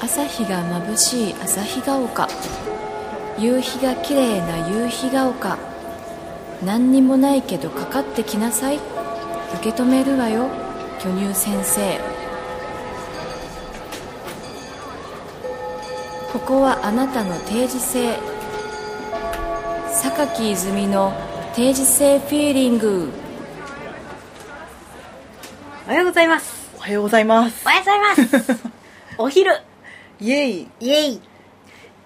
朝日が眩しい朝日が丘夕日が綺麗な夕日が丘何にもないけどかかってきなさい受け止めるわよ巨乳先生ここはあなたの定時性榊泉の定時性フィーリングおはようございます。おはようございますお。はようございます。 お昼、イエイイエイ。今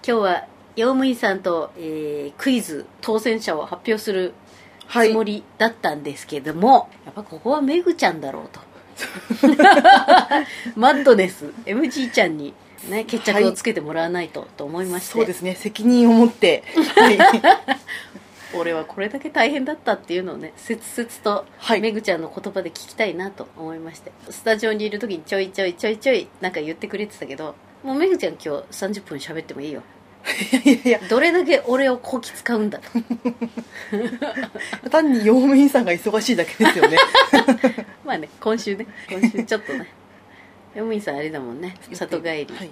日は、用務員さんと、えークイズ当選者を発表するはついも。りだったんですけども、やっぱここはメグちゃんだろう と。マッドネス、MG ちゃんに、ね、決着をつけてもらわないと、と思いまして。そうですね。責任を持って。 はい。俺はこれだけ大変だったっていうのをね切々とはいめぐちゃんの言葉で聞きたいなと思いまして、スタジオにいる時にちょいちょいちょいちょいなんか言ってくれてたけどもうめぐちゃん今日30分喋ってもいいよいやいやいどれだけ俺をこき使うんだと や、単に用務員さんが忙しいだけですよね。まあね今週ね今週ちょっとね ヨムインさんあれだもんね 里帰り、はい。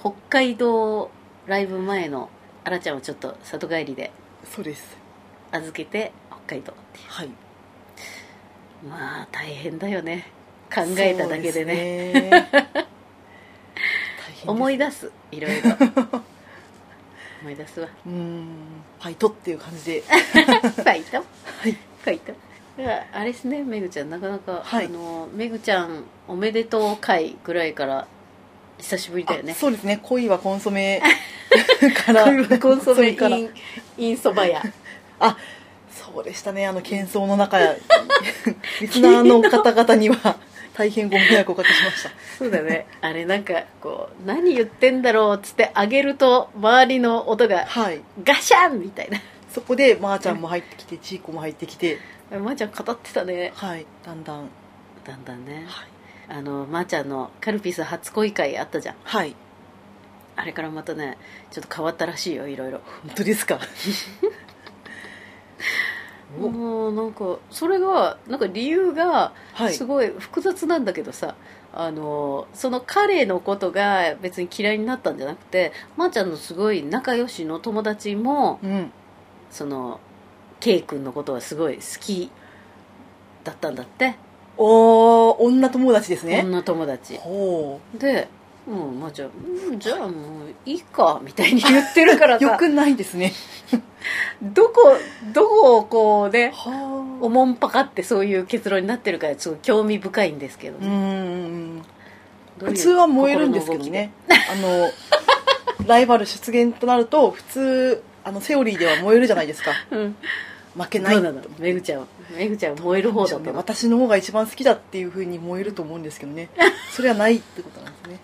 北海道ライブ前のあらちゃんをちょっと里帰りでそうです。預けて北海道っていはい。うまあ大変だよね考えただけでねそうですね。大変です思い出すいろい ろ思い出すわうーん。ファイトっていう感じで。ファイトいファイトだからあれですねめぐちゃんなかなか、はいあのめぐちゃんおめでとう会ぐらいから久しぶりだよねあそうですね。恋はコンソ メから。コンソメイから。ンインそば屋あ、そうでしたね。あの、喧騒の 中、リスナーの方々には大変ご迷惑をおかけしました。そうだねあれなんかこう何言ってんだろうっつってあげると周りの音がはい。ガシャンみたいな そこでまーちゃんも入ってきてちーこも入ってきてあまー、ちゃん語ってたねはいだんだんだんだんねはい、あのまー、ちゃんのカルピス初恋会あったじゃんはい、あれからまたねちょっと変わったらしいよいろいろ本当ですか おもうなんかそれがなんか理由がはいすごい複雑なんだけどさ、あのその彼のことが別に嫌いになったんじゃなくてまー、ちゃんのすごい仲良しの友達もうんその K 君のことはすごい好きだったんだっておー女友達ですね女友達ほでもうまー、ちゃんうんじゃあもういいかみたいに言ってるからう よさくないですねどこどこをこうねおはもんぱかってそういう結論になってるからすごい興味深いんですけどうね、んどうい普う通は燃えるんですけどねあの ライバル出現となると普通あのセオリーでは燃えるじゃないですか心の動き負けで、うん、どないうなのめぐちゃんはめぐちゃんは燃える方だったの私の方が一番好きだっていうふうに燃えると思うんですけ どねそれはないってことなんですね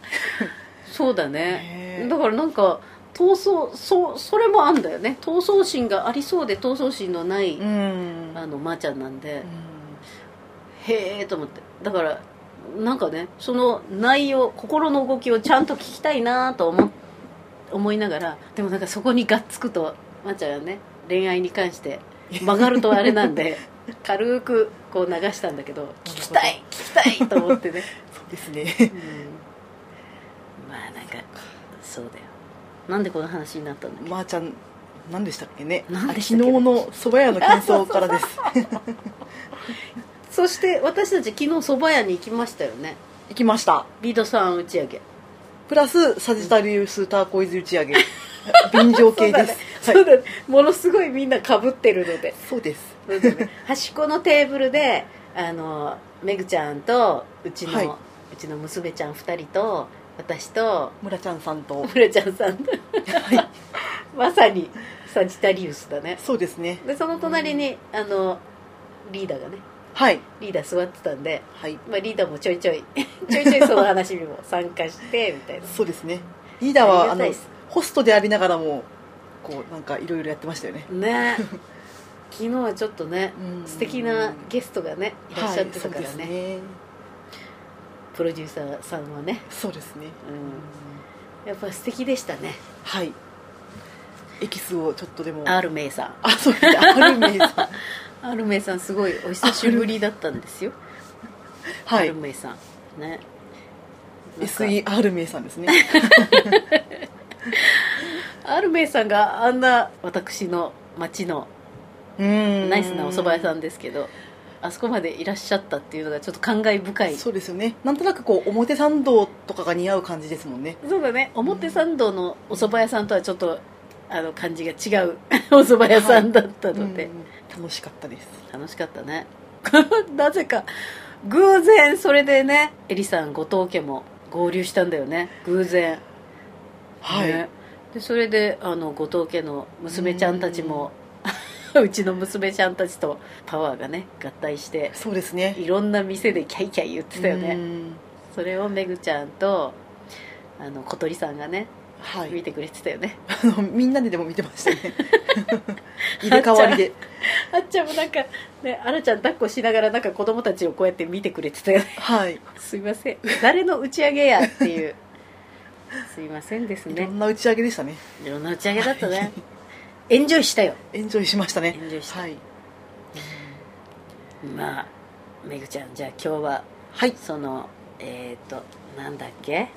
そうだねねだからなんか闘争そうそれもあんだよね闘争心がありそうで闘争心のない、うんあのまー、ちゃんなんでう、んへえと思ってだからなんかねその内容心の動きをちゃんと聞きたいなと思思いながらでもなんかそこにがっつくとまー、ちゃんはね恋愛に関して曲がるとあれなん で軽くこう流したんだけど聞きたい聞きたいと思って ね、そうですねまあなんかそうだよなんでこの話になったんだっけまーちゃん何でしたっけね何あでれした昨っけ日の蕎麦屋の喧騒か らですそして私たち昨日蕎麦屋に行きましたよね行きましたビートさん打ち上げプラスサジタリウスターコイズ打ち 上げ便乗系ですそうはだいね,、ものすごいみんなかぶってるのでそうですそうだね端っこのテーブルであのめぐちゃんとうちの、はいうちの娘ちゃん2人と私と村ちゃんさんとむらちゃんさんと まさにサジタリウスだねそうですねでその隣に、あのリーダーがねはいリーダー座ってたんで、はいまあ、リーダーもちょいちょい ちょいちょいその話にも参加してみたいなそうですねリーダーはあありがたいのですホストでありながらもこうなんかいろいろやってましたよねね昨日はちょっとねうん素敵なゲストがねいらっしゃってたからね,、はい、そうですねプロデューサーさんはね、そうですねうん、やっぱ素敵でしたねはいエキスをちょっとでも R メイさんあそうですアルメイさん R メイさんすごいお久しぶりだったんですよは R いメイさんねなんか SER 名さんですね アルメイさんがあんな私の町のうんナイスなお蕎麦屋さんですけどあそこまでいらっしゃったっていうのがちょっと感慨深いそうですよねなんとなくこう表参道とかが似合う感じですもんねそうだね表参道のお蕎麦屋さんとはちょっとあの感じが違う お蕎麦屋さんだったので、うん楽しかったです楽しかったね なぜか偶然それでねエリさん後藤家も合流したんだよね偶然はい、ねでそれであの後藤家の娘ちゃんたちも うちの娘ちゃんたちとパワーがね合体してそうですねいろんな店でキャイキャイ言ってたようねんそれをめぐちゃんとあの小鳥さんがねは見いてくれてたよねあのみんなででも見てましたね入れ替わりで あっちゃんもなんかねあらちゃん抱っこしながらなんか子供たちをこうやって見てくれてたよねはいすいません誰の打ち上げやっていうすいませんですいろねんな打ち上げでしたねいろんな打ち上げだったね エンジョイしたよエンジョイしましたねエンジョイしたはい、まあめぐちゃんじゃあ今日ははい、そのえっ、となんだっけ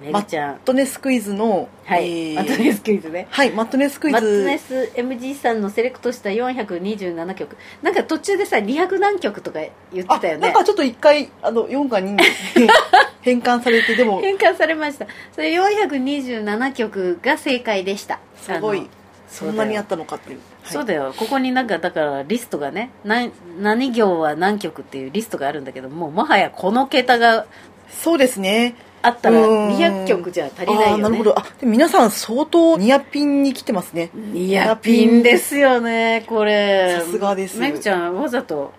めぐちゃん、マットネスクイズのはい、えーマットネスクイズねはいマットネスクイマットズネス MG さんのセレクトした427曲なんか途中でさ200何曲とか言ってあたよなんねかちょっと一回あの4か2に 変換されてでも変換されましたそれ427曲が正解でしたすごあのいそんなにあったのかっていうはいそうだよここになんかだからリストがね何何行は何曲っていうリストがあるんだけどもうもはやこの桁がそうですねあったらうん200曲じゃ足りないよあーねなるほどあでも皆さん相当ニアピンに来てますねニアピンですよねこれさすがですめぐちゃんわざと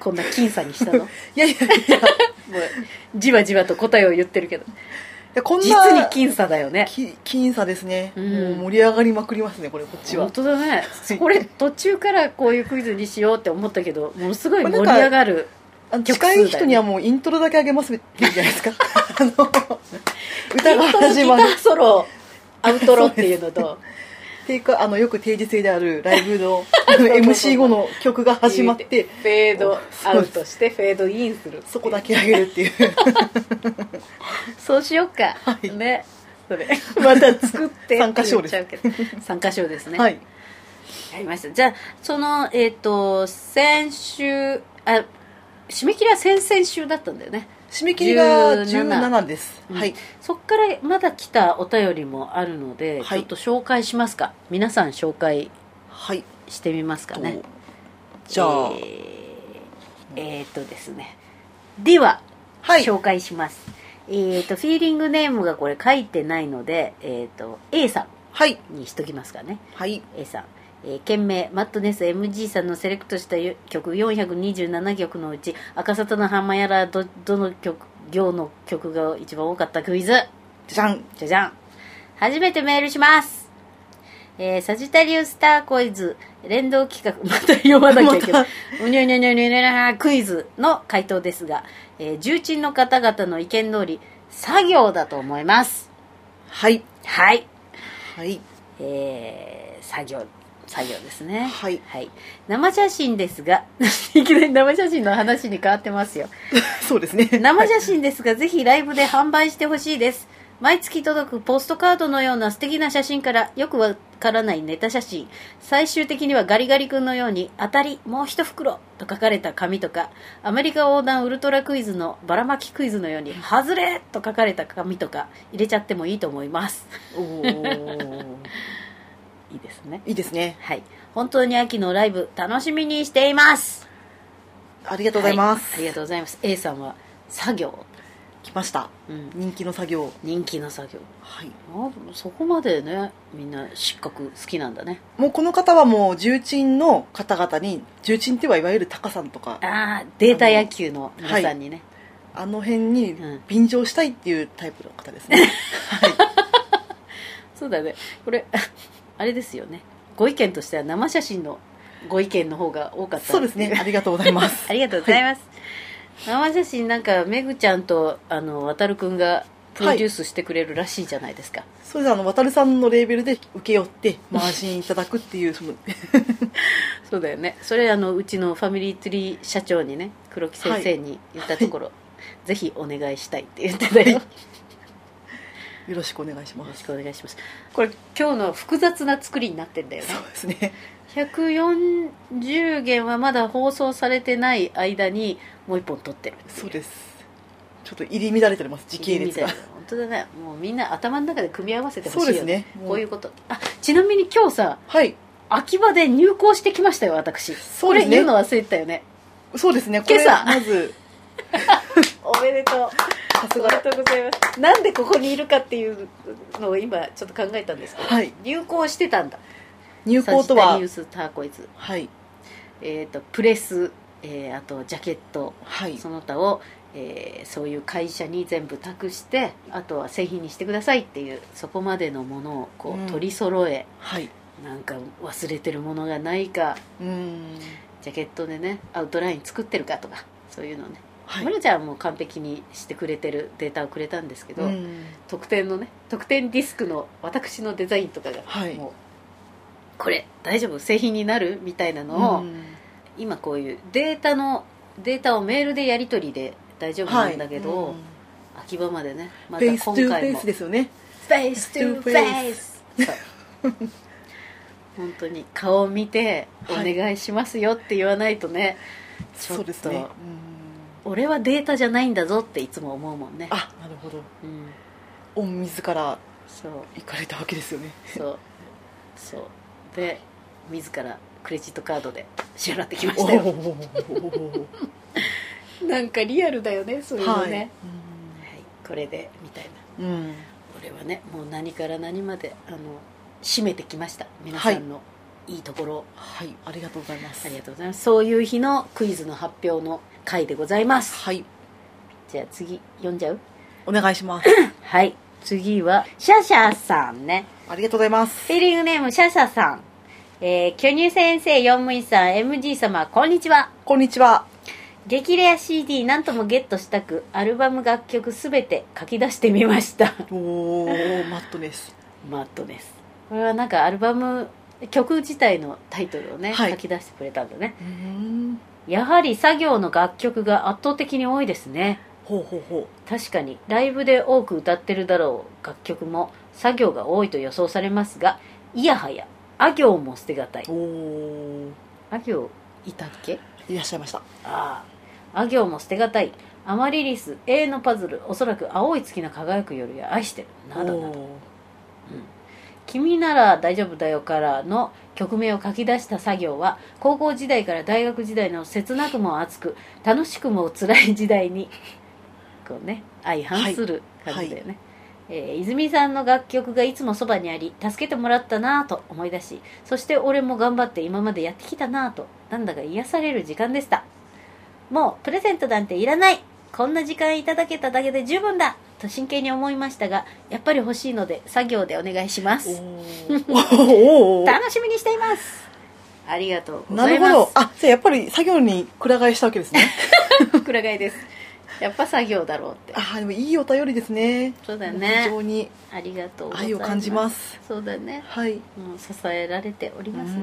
こんな僅差にした のもういやいやいやいじわじわと答えを言ってるけどやこんな実に僅差だよねき僅差ですね、うんもう盛り上がりまくりますねこれこっちは本当だねこれ途中からこういうクイズにしようって思ったけどものすごい盛り上がるあの曲数近だよねい人にはもうイントロだけあげますっていうじゃないですか あの歌歌がが始始ままるるソロアウトロっていうのとっていうかあのよく定時制であるライブのあの MC 後の曲が始まってフェードアウトしてフェードインするそこだけあげるっていうそうしよっか、はいねそ れま た作って参加賞ですって言っちゃうけど参加賞ですねはいやりましたじゃあそのえっ、と先週あ締め切りは先々週だったんだよね締め切りが17 17です、うんはいそっからまだ来たお便りもあるので、はいちょっと紹介しますか皆さん紹介はい、してみますかねとじゃあ、えーえーっとですねでははい紹介します、えーっとフィーリングネームがこれ書いてないので、えーっと A さはいんにしときますかねはい、 A さん、えー、件名マットネス MG さんのセレクトした曲427曲のうち赤沙汰の浜やらどどの曲行の曲が一番多かったクイズじゃんじゃじゃん初めてメールしますえー、サジタリウスターコイズ連動企画また読まなきゃいけない、うにゃうにゃうにゃうにゃうにゃうクイズの回答ですが、えー、重鎮の方々の意見通り作業だと思いますはいはいはい えー、作業作業ですねはい生写真ですがいきなり生写真の話に変わってますよそうですね 生写真ですが、ぜひライブで販売してほしいです。毎月届くポストカードのような素敵な写真からよくわからないネタ写真、最終的にはガリガリ君のように当たりもう一袋と書かれた紙とか、アメリカ横断ウルトラクイズのばらまきクイズのようにハズレと書かれた紙とか入れちゃってもいいと思います。おーいいですね。 いいですねはい。本当に秋のライブ楽しみにしています。ありがあとうございます、ありがとうございます。A さんは作業。来ましたうん。人気の作業人気の作業。はいあそこまでねみんな失格好きなんだねもうこの方はもう重鎮の方々に重鎮ってはいわゆるタカさんとかああデータ野球の皆さんにね、あの辺にうん便乗したいっていうタイプの方ですねそうだねこれ あれですよねご意見としては生写真のご意見の方が多かった そうですねありがとうございますありがとうございます、生写真なんかめぐちゃんとあの渡るくんがプロデュースしてくれるらしいじゃないですか、それであの渡さんのレーベルで請け負ってマージンいただくっていうその そうだよねそれあのうちのファミリーツリー社長にね黒木先生に言ったところ、ぜひお願いしたいって言ってたよよよろしくお願いしまろしすくお願いしますこれ今日の複雑な作りになってんだよねそうですね140弦はまだ放送されてない間にもう一本撮ってるそうですちょっと入り乱れております時系列がみたいな本当だねもうみんな頭の中で組み合わせてほしいそうよですねこういうことあちなみに今日さはい秋葉で入校してきましたよ私そこうでれすね言うの忘れてたよねそうですねこれ今朝まずおめでとうさすおめがでとうございますなんでここにいるかっていうのを今ちょっと考えたんですけど、はい入校してたんだ入サ校ジとタはリウス・ターコイズ、はいえー、とプレス、えーあとジャケットはいその他を、えーそういう会社に全部託してあとは製品にしてくださいっていうそこまでのものをこうんう取り揃え、はいなんか忘れてるものがないかうーんジャケットでねアウトライン作ってるかとかそういうのねはまる、ちゃんはもう完璧にしてくれてるデータをくれたんですけど、うん特典のね特典ディスクの私のデザインとかが、はいもうこれ大丈夫製品になるみたいなのを、うん今こういうデータのデータをメールでやり取りで大丈夫なんだけど、はいうん秋葉までねまフたェイストゥ今ーフェ回イもスですよねフェイス to そう本当に顔を見て「おはい願いしますよ」って言わないとね、ちょっそとうですねうん俺はデータじゃないんだぞっていつも思うもんねあなるほどうん御自らそう行かれたわけですよねそうそうで自らクレジットカードで支払ってきまおしおたよーなんかリアルだよねそういうのはいね、はいこれでみたいなうんうん俺はねもう何から何まであの締めてきました皆さんのいいところを、はいありがとうございますありがとうございますそういう日のクイズの発表の回でございますはいじゃあ次読んじゃうお願いしますはい次はシャシャさんねありがとうございますフィーリングネームシャシャさんえー、巨乳先生、四務員さん、MG 様、こんにちは。こんにちは激レア CD なんともゲットしたく、アルバム楽曲すべて書き出してみました。おーマットですマットですこれはなんかアルバム曲自体のタイトルをね、はい書き出してくれたんだねうんやはり作業の楽曲が圧倒的に多いですねほうほうほ確かにライブで多く歌ってるだろう楽曲も作業が多いと予想されますがいやはやあ行も捨てがたいうおあ行いたっけーいらっしゃいましたあああ行も捨てがたいアマリリス A のパズルおそらく青い月の輝く夜や愛してるなどなどおー君なら大丈夫だよからの曲名を書き出した作業は高校時代から大学時代の切なくも熱く楽しくも辛い時代にこうね相反する感じだよね、えー泉さんの楽曲がいつもそばにあり助けてもらったなぁと思い出しそして俺も頑張って今までやってきたなぁとなんだか癒される時間でしたもうプレゼントなんていらないこんな時間いただけただけで十分だと真剣に思いましたがやっぱり欲しいので作業でお願いしますおーおー楽しみにしていますありがとうごなざいるまほすどあじゃあやっぱり作業にくら替えしたわ けですねどくら替えですやっぱ作業だろうってああでもいいお便りですねそうだ非ね常にありがとうございます愛を感じますそうだねはいもう支えられておりますうねん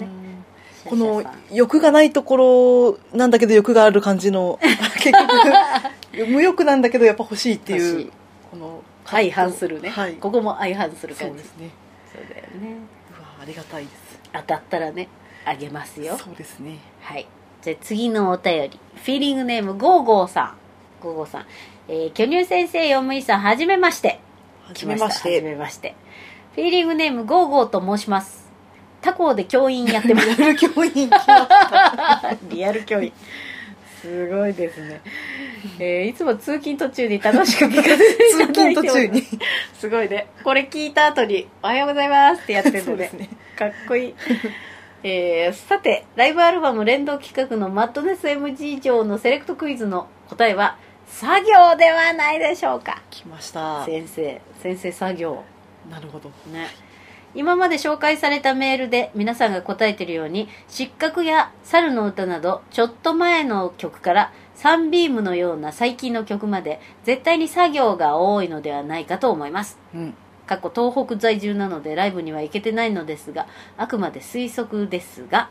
シャシャさんこの欲がないところなんだけど欲がある感 じの結局無欲なんだけどやっぱ欲しいって欲いしいうこの相反するね、はいここも相反するそう感じですねそうだよねうわありがたいです当たったらねあげますよそうですねはい。じゃあ次のお便り。フィーリングネーム、ゴーゴーさん。ゴーゴーさん。えー、巨乳先生、よむいさん、はじめまして。はじめまし来はじてめまして。フィーリングネーム、ゴーゴーと申します。他校で教員やって ます。リアル教員来ましたリアル教員。すごいですね。 えー、いつも通勤途中に楽しく聞かせてい 通ただい勤てお途ります中に。 すごいね。これ聞いた後に、おはようございますってやってるそのうでですねかっこいい。えーさて、ライブアルバム連動企画のマッドネス MG 上のセレクトクイズの答えは、作業ではないでしょうか。来ました先生、先生作業。なるほどね。今まで紹介されたメールで皆さんが答えているように、失格や猿の歌など、ちょっと前の曲から、サンビームのような最近の曲まで、絶対に作業が多いのではないかと思います。うん過去東北在住なのでライブには行けてないのですがあくまで推測ですが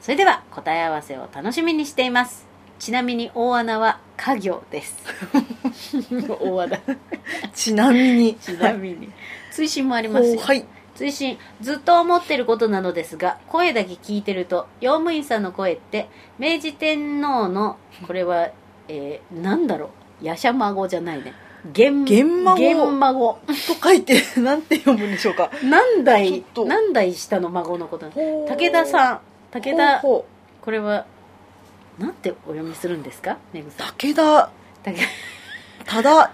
それでは答え合わせを楽しみにしていますちなみに大穴は家業です 大 穴ちなみにちなみに追伸もありますはいよはい追伸ずっと思ってることなのですが声だけ聞いてると用務員さんの声って明治天皇のこれは、えー、なんだろうやしゃ孫じゃないね玄玄孫玄孫と書いてなんて読むんでしょうか何ちょっ代と何代下の孫のことなの武武田さん武田ほうこれはなんてお読みするんですかめぐさん武田武ただ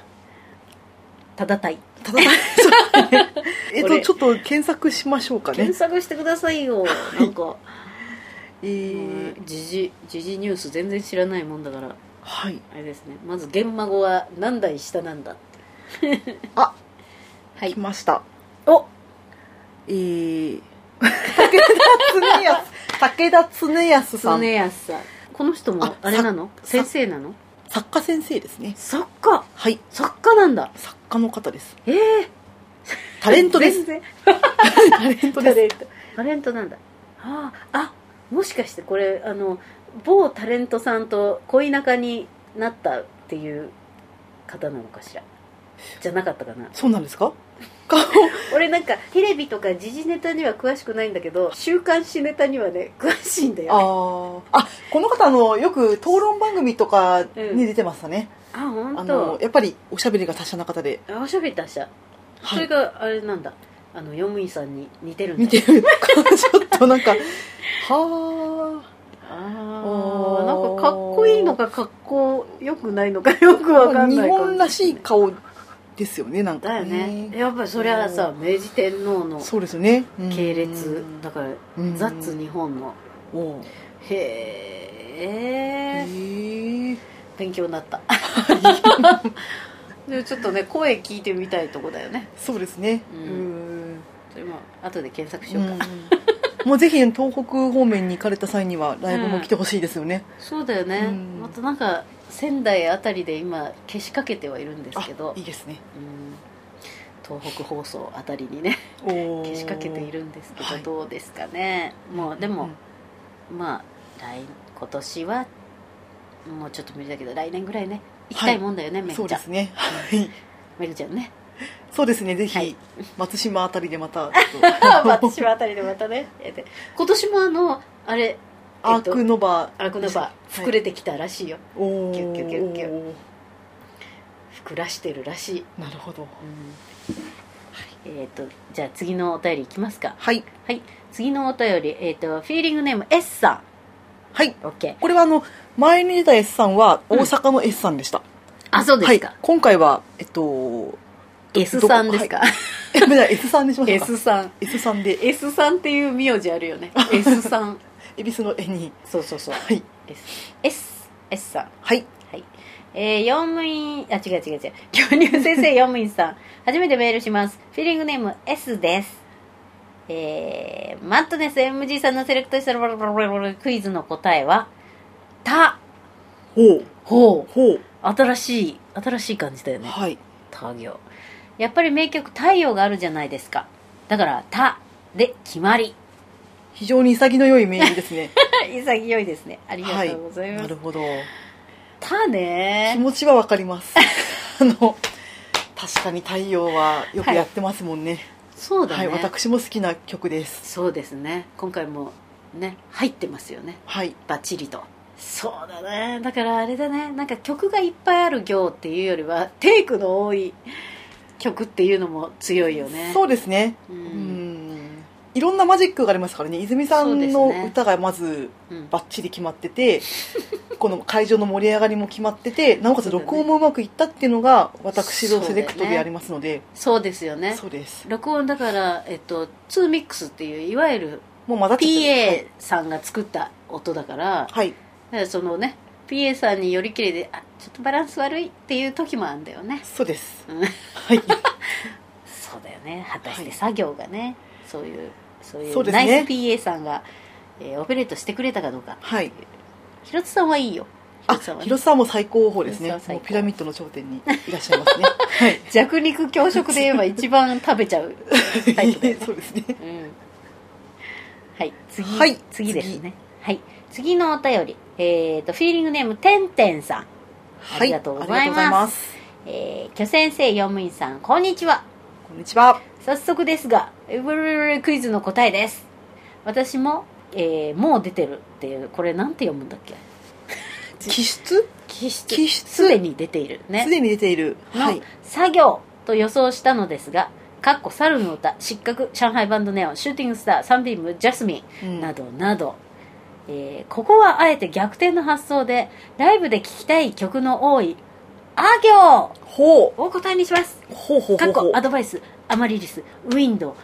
ただたい ただそうねえっことれちょっと検索しましょうかね検索してくださいよなんかえーうん時事時事ニュース全然知らないもんだからはいあれですねまず玄孫は何代下なんだってあはい来ましたおえー武田恒康さ常ん安さんこの人もああれなのさ先生なの作家先生ですねそっかはいそっかなんだ作家の方ですええタレントです全然 タレンタトでレントタレントなんだあああもしかしてこれあの某タレントさんと恋仲になったっていう方なのかしらじゃなかったかなすそうなんですか 顔俺なんかテレビとか時事ネタには詳しくないんだけど週刊誌ネタにはね詳しいんだよ、ね、ああこの方あのよく討論番組とかに出てましたね、あ本あの当。やっぱりおしゃべりが達者な方で、あおしゃべり達者そはれい、があれなんだあの用務員さんに似てるんだ見てるちょっと なんかはあおあーなんかかっこいいのかかっこよくないのかよくわかあん日ない本らしいか顔ですよねなんだかよねやっぱりそりゃさ明治天皇のそうですよね系列だからザッツに日本のおうへえへえ勉強になった でちょっとね声聞いてみたいとこだよねそうですねううんんそれも後で検索しようか、うんもうぜひ東北方面に行かれた際にはライブも来てほしいですよね、そうだよね、うんまたなんか仙台あたりで今消しかけてはいるんですけどあいいですねうん東北放送あたりにねおー消しかけているんですけど、はいどうですかねもうでも、まあ来今年はもうちょっと無理だけど来年ぐらいね行きたいもんだよね、うんめそぐうちでゃんすねはいめぐちゃんね そうですねぜひ、はい松島あたりで また私はあたりでまたねえーで今年もあのあれアークノバアークナバー膨れてきたらしいよ、おーキュッキュッキュッキュッ膨らしてるらしい、なるほどえっ、とじゃあ次のお便りいきますかはいはい次のお便りえっ、とフィーリングネーム S さはいん OK これはあの前に出た S さんはうん大阪の S さんでした、あそうではすいか、今回はえっと S さんですか、えじゃあ S さんにしましょうか S さん S さんで S さんっていう名字あるよね S さん恵比寿の絵にそうそうそうはい S, S, S さんはいはいえー、用務員あ違う違う違う恐竜先生用務員さん初めてメールしますフィーリングネーム S ですえー、マットネス MG さんのセレクトしたクイズの答えは「たほう」ほうほう新しい新しい感じだよねはい他行やっぱり名曲「太陽」があるじゃないですかだから「た」で決まり非常に潔いメールです ね潔いですねありがはとうございます、なるほどた気ね持ちはわかります あの確かに太陽はよくやってますもんねそうだはね、い、私も好きな曲ですそうですね今回もね入ってますよねはいバッチリとそうだねだからあれだねなんか曲がいっぱいある行っていうよりはテイクの多い曲っていうのも強いよねそうですねう、うんんいろんなマジックがありますからね泉さそうんですねの歌がまずうんバッチリ決まってて、 この会場の盛り上がりも決まっててなおかそつうだね録音もうまくいったっていうのが私のセレクそうだトよねでありますのでそうですよねそうです録音だから、えっと、2ミックスっていういわゆるもうまだ PA さんが作った音だからはいだからそのね PA さんによりきれであちょっとバランス悪いっていう時もあるんだよねそうですうんはいそうだよね果たして作業がね、そういうそういそううですナねイス PA さんが、えーオペレートしてくれたかどうかはい 広津さんはいいよあさんはね広さんも最高峰ですね広瀬さんは最高もうピラミッドの頂点にいらっしゃいま すねはい弱肉強食で言えば一番食べちゃう タイプだよねそうですねうんはい次、はい次ですねはい次のお便りえっ、とフィーリングネームてんてんさんありがとうございますありがとうございますえー、巨先生読務員さんこんにちはこんにちは早速ですがブルブルクイズの答えです私も、えーもう出てるっていうこれなんて読むんだっけ気質気質気質すでに出ているねすでに出ているのはい作業と予想したのですが、かっこ猿の歌、失格、上海バンドネオン、シューティングスター、サンビーム、ジャスミうんン、などなど、えーここはあえて逆転の発想で、ライブで聴きたい曲の多い、あ行ほうをお答えにします。ほうほうかほっうほこうアドバイス、アマリリス、ウィンド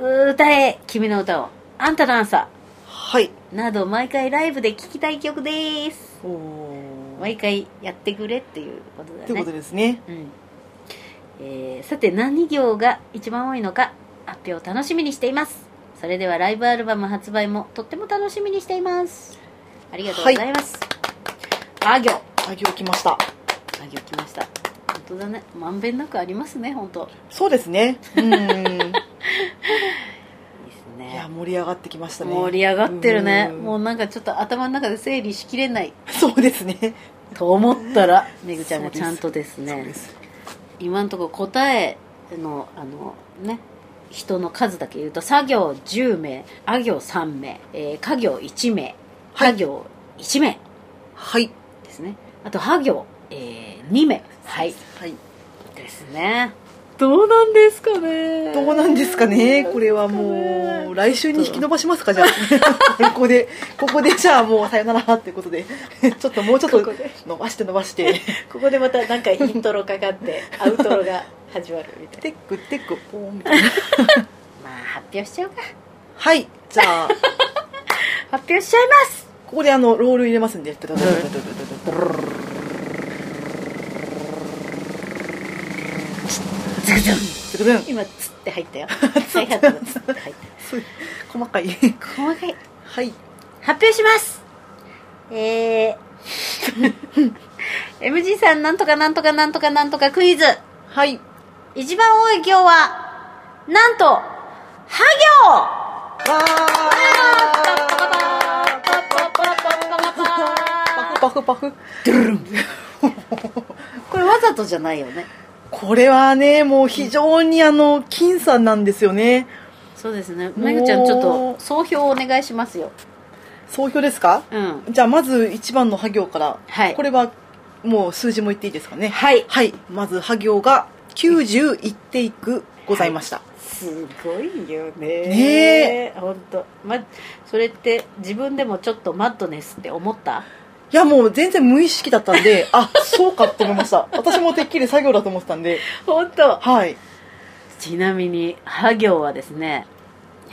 ウ、歌え、君の歌を、あんたのアンサはいー、など毎回ライブで聴きたい曲です。おー毎回やってくれっていうことだね。ということですねうんえーさて何行が一番多いのか発表を楽しみにしていますそれではライブアルバム発売もとっても楽しみにしていますありがとうございます、あ行作業来ましたあ行きました本当だねまんべんなくありますね本当そうですね うーんいいですいやね盛り上がってきましたね盛り上がってるねうんもうなんかちょっと頭の中で整理しきれないそうですねと思ったらめぐちゃんがちゃんとですそうねです今のところ答えのあのね人の数だけ言うと作業10名あ行3名、えー家業1名はい家業1名はいですね、あとは行、え2名はいはいですねどうなんですかねどうなんですかねこれはもう来週に引き延ばしますかじゃあここでここでじゃあもうさよならってことでちょっともうちょっとここで伸ばして伸ばしてここでまたなんかイントロかかって アウトロが始まるみたいなテックテックポーンみたいなまあ発表しちゃうかはいじゃあ発表しちゃいますここであのロール入れますんでズクズンズルズン今ツって入 ったよハイハットがツって入ったそういう細かい細かいはい発表します えー、MG さんなんとかなんとかなんとかなんとかクイズはい一番多い行はなんとハわ行ーパフパフパフ これわざとじゃないよねこれはねもう非常にあの僅差なんですよねそうですねーめぐちゃんちょっと総評をお願いしますよ総評ですかうんじゃあまず一番のハ行から、はいこれはもう数字も言っていいですかねはいはいまずハ行が91テイクございました、すごいよねね本当まそれって自分でもちょっとマッドネスって思ったい、やもう全然無意識だった んであそうかって思いました私もてっきり作業だと思ってたんで本当はいちなみに、ハ行はですね、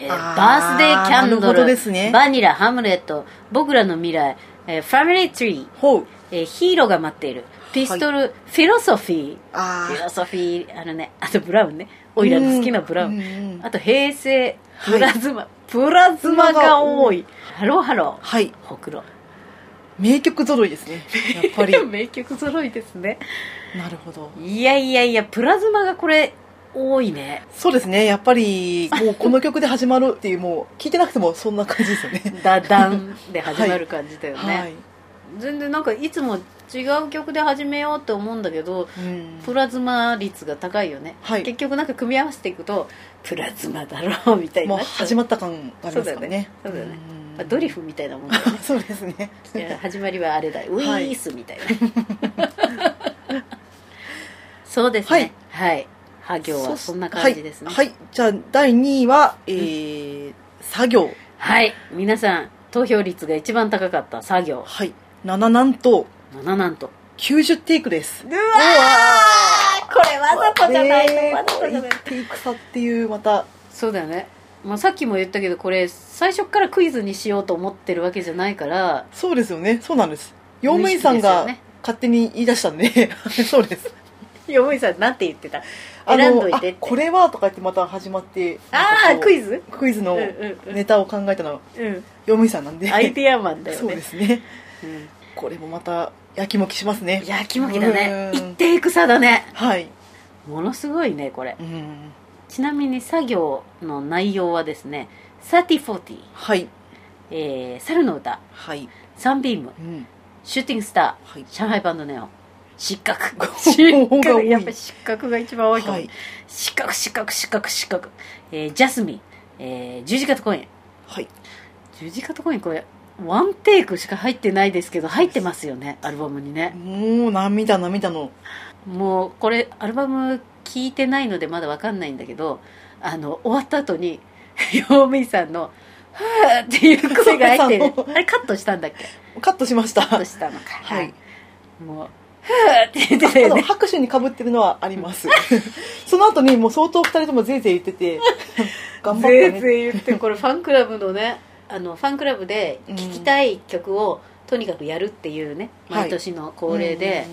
えーあーバースデーキャンなドるほどル、ですねバニラ、ハムレット、僕らの未来、えーファミリーツリー、ほうえーヒーローが待っている、ピストル、フィロソフィー、あフィロソフィー、あのね、あとブラウンね、オイラの好きなブラウン、ンあと平成、はいプラズマ、プラズマが多い、ハローハロはいー、ほくろ。名曲揃いですねやっぱ り名曲揃いですね。なるほどいやいやいや、プラズマがこれ、多いね。そうですねやっぱりもうこの曲で始まるっていうもう聞いてなくてもそんな感じですよねダダンで始まる感じだ よね。はい、全然なんかいつも違う曲で始めようって思うんだけどうんプラズマ率が高いよね、はい結局なんか組み合わせていくとプラズマだろうみたいにもなうっ始まった感がありますからねそうだよねんドリフみたいなもんだ よ そうですねねいや始まりはあれだウィースみたいな、 そうですねはいは行はそんな感じですねはい、はいじゃあ第2位は、えー作業はい、皆さん投票率が一番高かった作業はい7なんと7なんと90テイクですうわーこれわざとじゃないねえとわざとじゃこなれい1テイク差っていうまたそうだよね、まあ、さっきも言ったけどこれ最初からクイズにしようと思ってるわけじゃないからそうですよねそうなんです用務員さんが無意識ですよね勝手に言い出したんで そうですよもいさんなんて言ってたあの選んどいてってあこれはとか言ってまた始まってああクズイズクイズうのんうんうんネタを考えたのはうん用務員さんなんでアイディアマンだよねそうですねうんこれもまたやきもきしますねいや気持ちだねうん一定草だねはいものすごいねこれうんちなみに作業の内容はですね「サティフォティはい」 「えー猿の歌、はい、サンビーム、うん、シューティングスタはいー、上海バンドネオン、失 格。失格が多いやっぱ失格が一番多いと思う。はい失格、失格、失格、失格。えージャスミン、えー十字架と公園。はい、十字架と公園これ、ワンテイクしか入ってないですけど、入ってますよね、アルバムにね。もう涙涙のもう、これ、アルバム聞いてないのでまだわかんないんだけど、あの、終わった後に、 ヨーミーさんの、はぁーっていう声が入 ってるそう。あれカットしたんだっけカットしました。カットしたのか。はい。もう、はぁーって言ってたたよだね。拍手にかぶってるのはあ ります。その後にもう相当二人ともぜいぜい言ってて、頑張ったね全。然言ってこれファンクラブの ねあのファンクラブで聴きたい曲をとにかくやるっていうね、はい毎年の恒例で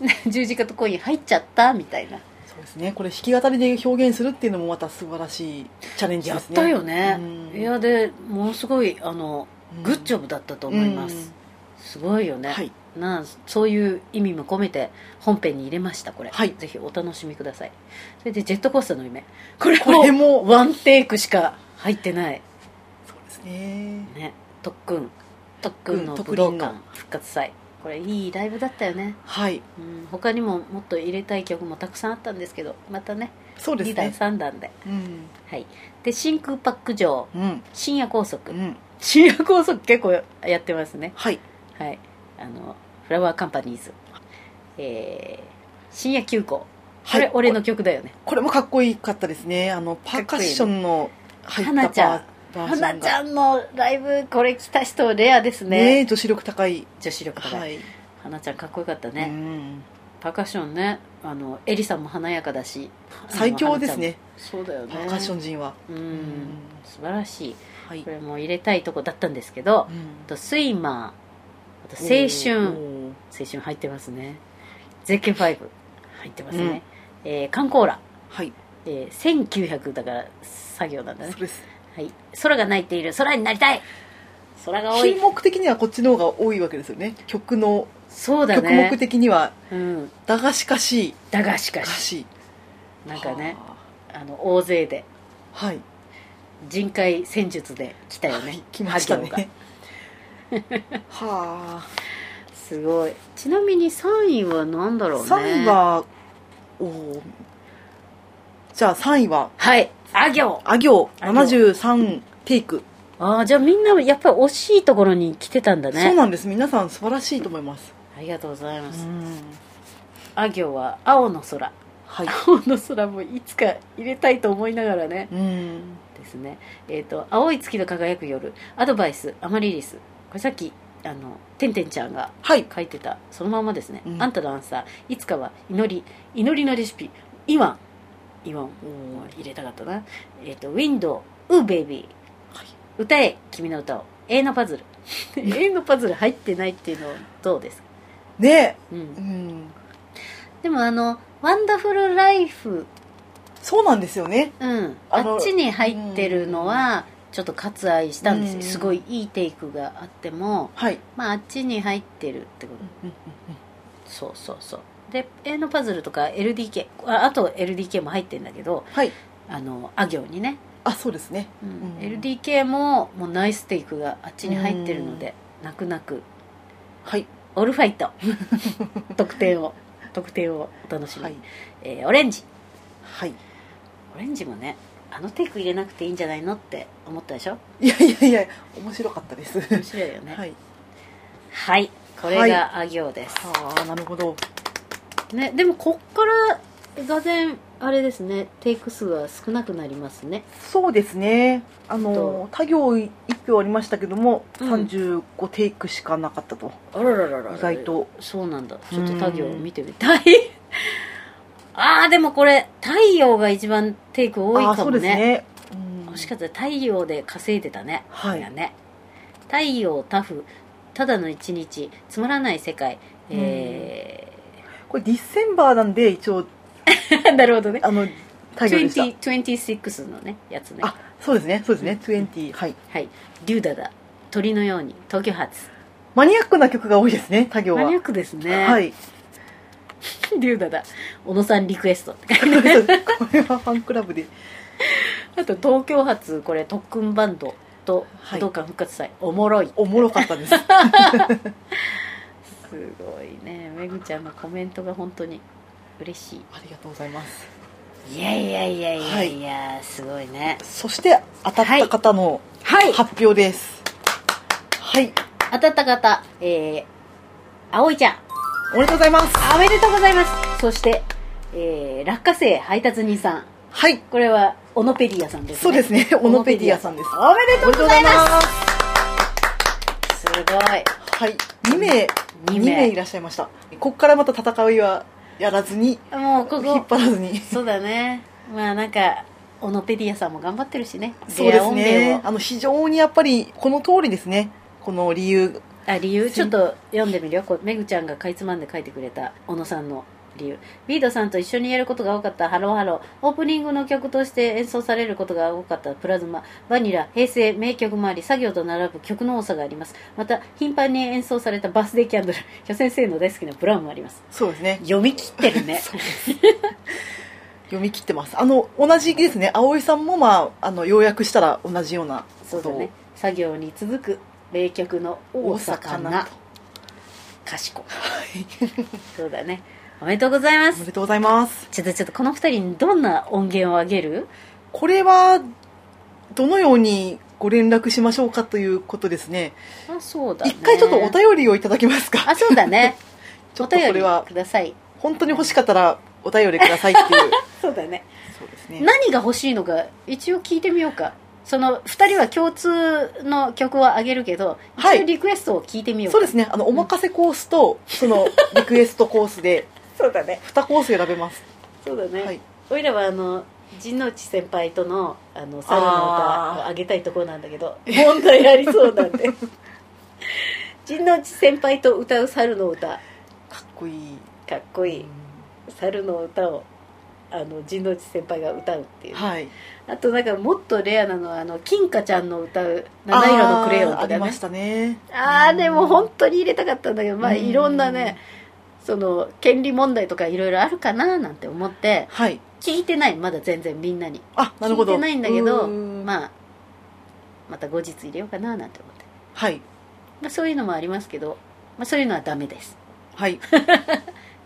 うんうんう「ん十字架とコイン入っちゃった」みたいなそうですね。これ弾き語りで表現するっていうのもまた素晴らしいチャレンジやでっすね。たよね、うんいやでものすごいあのグッジョブだったと思います、すごいよね、はい。なあそういう意味も込めて本編に入れましたこれ、はいぜひお楽しみくださいそれでジェットコースターの夢これこれもも、ワンテイクしか入ってないそうですね。ね特訓特訓の特武訓の道館復活祭これいいライブだったよね、はい。うん、他にももっと入れたい曲もたくさんあったんですけどまたねそうです2弾ね。 3弾でうん。はいで真空パック城うん。深夜拘束、うん。深夜拘束結構やってますねはい。はいあのフラワーカンパニーズえー、深夜急行こはれい。俺の曲だよね、これもかっこいいかったですね。あの、パーカッションの入った花ちゃんバーバージョン花がちゃんのライブこれ来た人レアですねねえ女子力高い。女子力高い、はい。花ちゃんかっこよかったね、うんパーカッションねあのエリさんも華やかだし最強ですね。そうだよパーカッション陣は。うん、ん素晴らしいはいこ。れも入れたいとこだったんですけどあとスイマーあと青春春。青春入ってますねゼッケン5入ってますね、えーカンコーラ、はい。えー、1900だから作業なんだねそうです。はい空が泣いている空になりたい空が多い品目的にはこっちの方が多いわけですよね。曲の、そうだ曲ね目的には、うん駄菓子かしい。だがしか菓し子。なんかねはあの大勢であ。はい。人海戦術で 来たよね来ました波動がね。 はすごいちなみに3位は何だあ。ろうね3位は、おーじゃあ3位は、はいあ行あ行あ行73テイク。ああじゃあみんなやっぱり惜しいところに来てたんだねそうなんです。皆さん素晴らしいと思います。ありがとうございます、ん。あ行は青の空はい。青の空もいつか入れたいと思いながらねうん。ですねえっ、と青い月の輝く夜アドバイスアマリリスこれさっきあのてんてんちゃんがはい。書いてたそのままですね、うんあんたのアンサーいつかは祈り祈りのレシピイワンイワンおー入れたかったなえっ、とウィンドウウーベイビー、はい歌え君の歌を永遠のパズル永遠のパズル入ってないっていうのどうですか、ねう、え。うんん。でもあの「ワンダフルライフそうなんですよね。」うんあのあっちに入ってるのはちょっと割愛したんですうよんすごいいいテイクがあってもはい。まああっちに入ってるってことそうそうそうで永遠のパズルとか LDK ああと LDK も入ってるんだけどはい。あのあ行にねあ、そうですね。うんうん LDK ももうナイステイクがあっちに入ってるので泣く泣くはい。オールファイ ト得点を得点をお楽しみ、はい。えーオレンジはい。オレンジもねあのテイク入れなくていいんじゃないのって思ったでしょいやいやいや、面白かったです。面白いよねは、はいい。これがあ行です、はあ、なるほど。ね、でもこっからがぜあれですねテイク数は少なくなりますねそうですね。あどの、他行一票ありましたけども、うん三十五テイクしかなかったと。あらららら意外と。そうなんだちょっと太陽を見てみたい ああでもこれ太陽が一番テイク多いあ、かそもうですねね。うんもしかしたら太陽で稼いでたねはだい。ね太陽タフただの一日つまらない世界えこれディセンバーなんで、一応、ー なるほどねあの、太陽でした。 20 26のねやつねあ、そうですね。そうですね。トゥエンティ、はい。はい「デューダだ鳥のように東京発マニアックな曲が多いですね。他」行マはニア。ックですね、、はいい。デューダだ小野さんリクエストこれはファンクラブで。あと東京発これ特訓バンドとはい武道館復活祭、おもろいおもろかった です。すごいねめぐちゃんのコメントが本当に嬉しありがとうございます。いいやいやいやいやいや、すごいねそして当たった方のはい発表です。はい、当たった方えー、葵ちゃんおめでとうございます。おめでとうございますそして、えー、落花生配達人さんはい、これはオノペディアさんですねそうですね、オノペディアさんです。。おめでとうございますすすごいはい、二名二名二名いらっしゃいました。ここからまた戦いはやらずにもうこ引こっ張らずに。そうだねまあなんかオノペディアさんも頑張ってるしねそうレですア音ね。源あの非常にやっぱりこの通りですね。この理由、をあ理由ちょっと読んでみるよこうめぐちゃんがかいつまんで書いてくれた小野さんの理由ビードさんと一緒にやることが多かったハローハローオープニングの曲として演奏されることが多かったプラズマバニラ平成名曲もあり作業と並ぶ曲の多さがありますまた頻繁に演奏されたバースデーキャンドル 巨先生の大好きなブラウンもありますそうですね。読み切ってる ね読み切ってます。あの同じですね。葵さんもまああの要約したら同じようなそこうだとをね作業に続く名曲の大多さか阪ななと。賢そうだねおめでとうございまおめすでとうございます。ちょっとちょっとこの二人にどんな音源をあげるこれはどのようにご連絡しましょうかということですね。あそうだね一回ちょっとお便りをいただけますか。あそうだ ねちょおっと便こりれはください本当に欲しかったらお便りくださいって いう。そうだねそうですね。何が欲しいのか一応聞いてみようかその二人は共通の曲はあげるけど、はい一応リクエストを聞いてみようそうかですね。あのお任せコースとそのリクエストコースで そうだね2コース選べます。そうだね、はい。おいらはあの陣内先輩とのあの猿の歌をあげたいところなんだけど問題ありそうなん で陣内先輩と歌う猿の歌かっこいい。かっこいい猿の歌をあの陣内先輩が歌うっていう、はい。あとなんかもっとレアなのはあの金華ちゃんの歌う「七色のクレヨン」とあーかありまねしたね。あーでも本当に入れたかったんだけどまあうんいろんなねその権利問題とかいろいろあるかななんて思ってはい。聞いてないまだ全然みんなにあ、なるほど。聞いてないんだけどうーんまあまた後日入れようかななんて思って、はい。まあ、そういうのもありますけど、まあ、そういうのはダメです はい。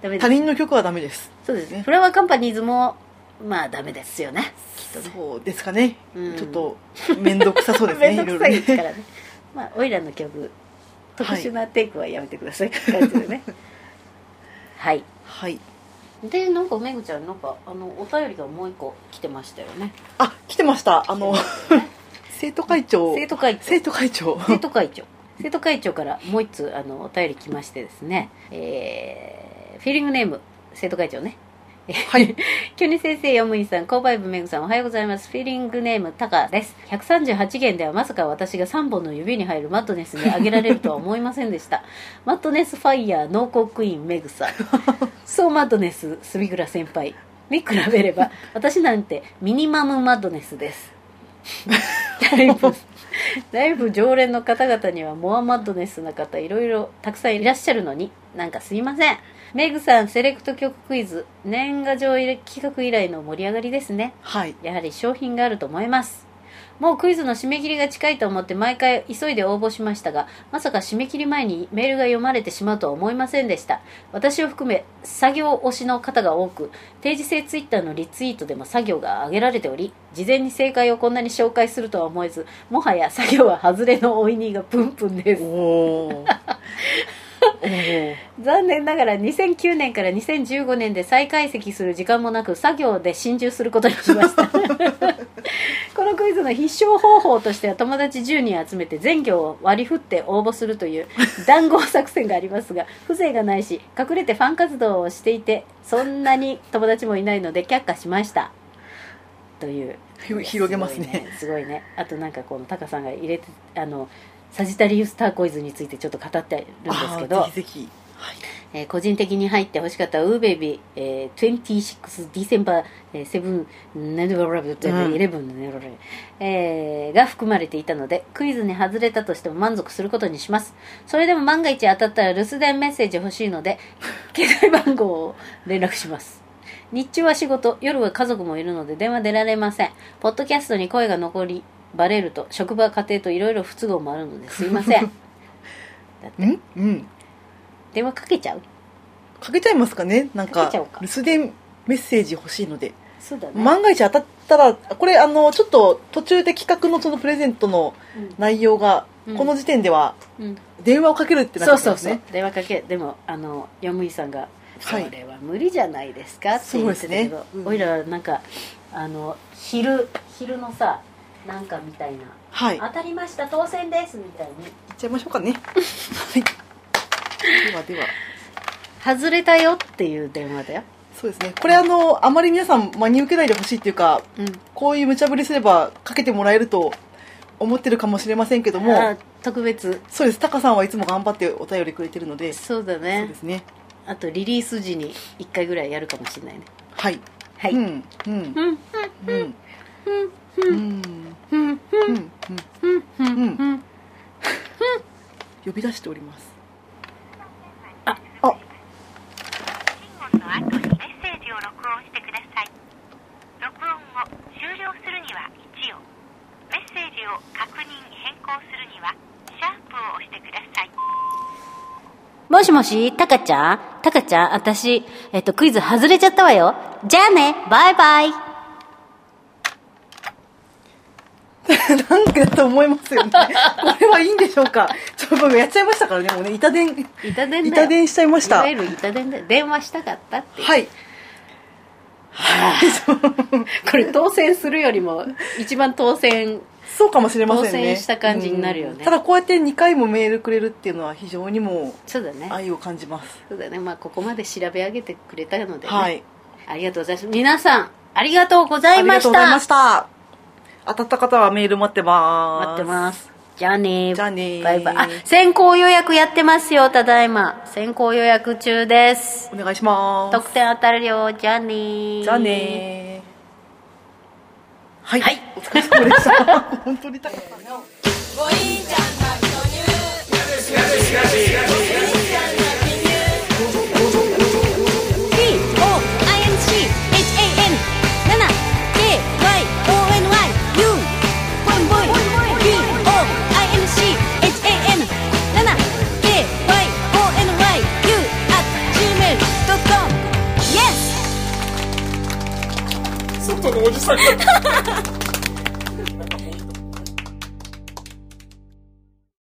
ダメで他す人の曲はダメです。そうですねねフラワーカンパニーズもまあダメですよねきっとねそうですかね。うんちょっと面倒くさそうで すね。めんどくさいですろかろねらねまあオイラの曲特はい殊なテイクはやめてく ださいって感じでねはいはい。でなんかめぐちゃんなんかあのお便りがもう一個来てましたよねあ、来てました。あの、生徒会長。生徒会長生徒会長。 生徒会長生徒会長からもう一通あのお便り来ましてですねえー、フィーリングネーム生徒会長ねはい。 キョニ先生、ヨムイさん、購買部メグさん、おはようございます。フィーリングネーム、タカです。138件ではまさか私が3本の指に入るマッドネスにあげられるとは思いませんで した。マッドネスファイヤー、濃厚クイーン、メグさん。そうマッドネス、スビグラ先輩。に比べれば、私なんてミニマムマッドネス です。だいぶ、だいぶ常連の方々にはモアマッドネスな方、いろいろたくさんいらっしゃるのに、なんかすいません。メグさんセレクト曲クイズ年賀状企画以来の盛り上がりですね はい。やはり商品があると思いますもうクイズの締め切りが近いと思って毎回急いで応募しましたがまさか締め切り前にメールが読まれてしまうとは思いませんでした私を含め作業推しの方が多く定時制ツイッターのリツイートでも作業が挙げられており事前に正解をこんなに紹介するとは思えずもはや作業は外れのおいにがプンプンですおおー。おー残念ながら2009年から2015年で再解析する時間もなく作業で進駐することにしました このクイズの必勝方法としては友達10人集めて全業を割り振って応募するという談合作戦があります が風情がないし隠れてファン活動をしていてそんなに友達もいないので却下しましたというひ広げますねすごいねすごいねあとなんかこのタカさんが入れてあのサジタリウスターコイズについてちょっと語ってるんですけどあーぜひぜひ。はい。えー個人的に入ってほしかったウーベビー、えー、26 December えー7 11えーが含まれていたのでクイズに外れたとしても満足することにしますそれでも万が一当たったら留守電メッセージ欲しいので 携帯番号を連絡します日中は仕事夜は家族もいるので電話出られませんポッドキャストに声が残りバレると職場家庭といろいろ不都合もあるのですいま せんだってんうん電話かけちゃうかけちゃいますかねなんかかけちゃおうか留守電メッセージ欲しいのでそうだね、万が一当たったらこれあのちょっと途中で企画のそのプレゼントの内容が、うんこの時点ではうんうん電話をかけるってなっそうてそまうすそうね電話かけでもあのヨムイさんが「そはいれは無理じゃないですか」って言ってたけど、そうですねうんおいらはなんかあの昼昼のさなんかみたいなは「い行当ったりました当選です」みたいにちゃいましょうかねはいではでは「外れたよ」っていう電話だよ、そうですねこれあのあまり皆さん真に受けないでほしいっていうかこういう無茶ぶりすればかけてもらえると思ってるかもしれませんけどもあ特別そうですタカさんはいつも頑張ってお便りくれてるのでそそうだうねですねあとリリース時に1回ぐらいやるかもしれないねはい、はい、うんううんんうんううんんうんうんうんうんううんん呼び出しております信音の後にメッセージを録音してください録音を終了するには1をメッセージを確認変更するにはシャープを押してくださいもしもし、タカちゃんタカちゃん、私、えっと、クイズ外れちゃったわよ。じゃあね、バイバイ。なんかだと思いますよねこれはいいんでしょうかちょっと僕やっちゃいましたからねもうね板伝板伝だよ板伝しちゃいましいたわゆる板伝で電話したかったっていうはいこれ当選するよりも 一番当選そうかもしれませんね当選した感じになるよねうんただこうやって2回もメールくれるっていうのは非常にもそうだねう愛を感じますそうだねまあここまで調べ上げてくれたので、ねはいありがとうございます皆さんありがとうござあいりまがとうしございたました当たった方はメール待ってます待ってますじゃあねじゃあねバイバイあ先行予約やってますよただいま先行予約中ですお願いします特典当たるよじゃあねじゃあねはい、はいお疲れ様でした本当に高さんがソフトのおじさんが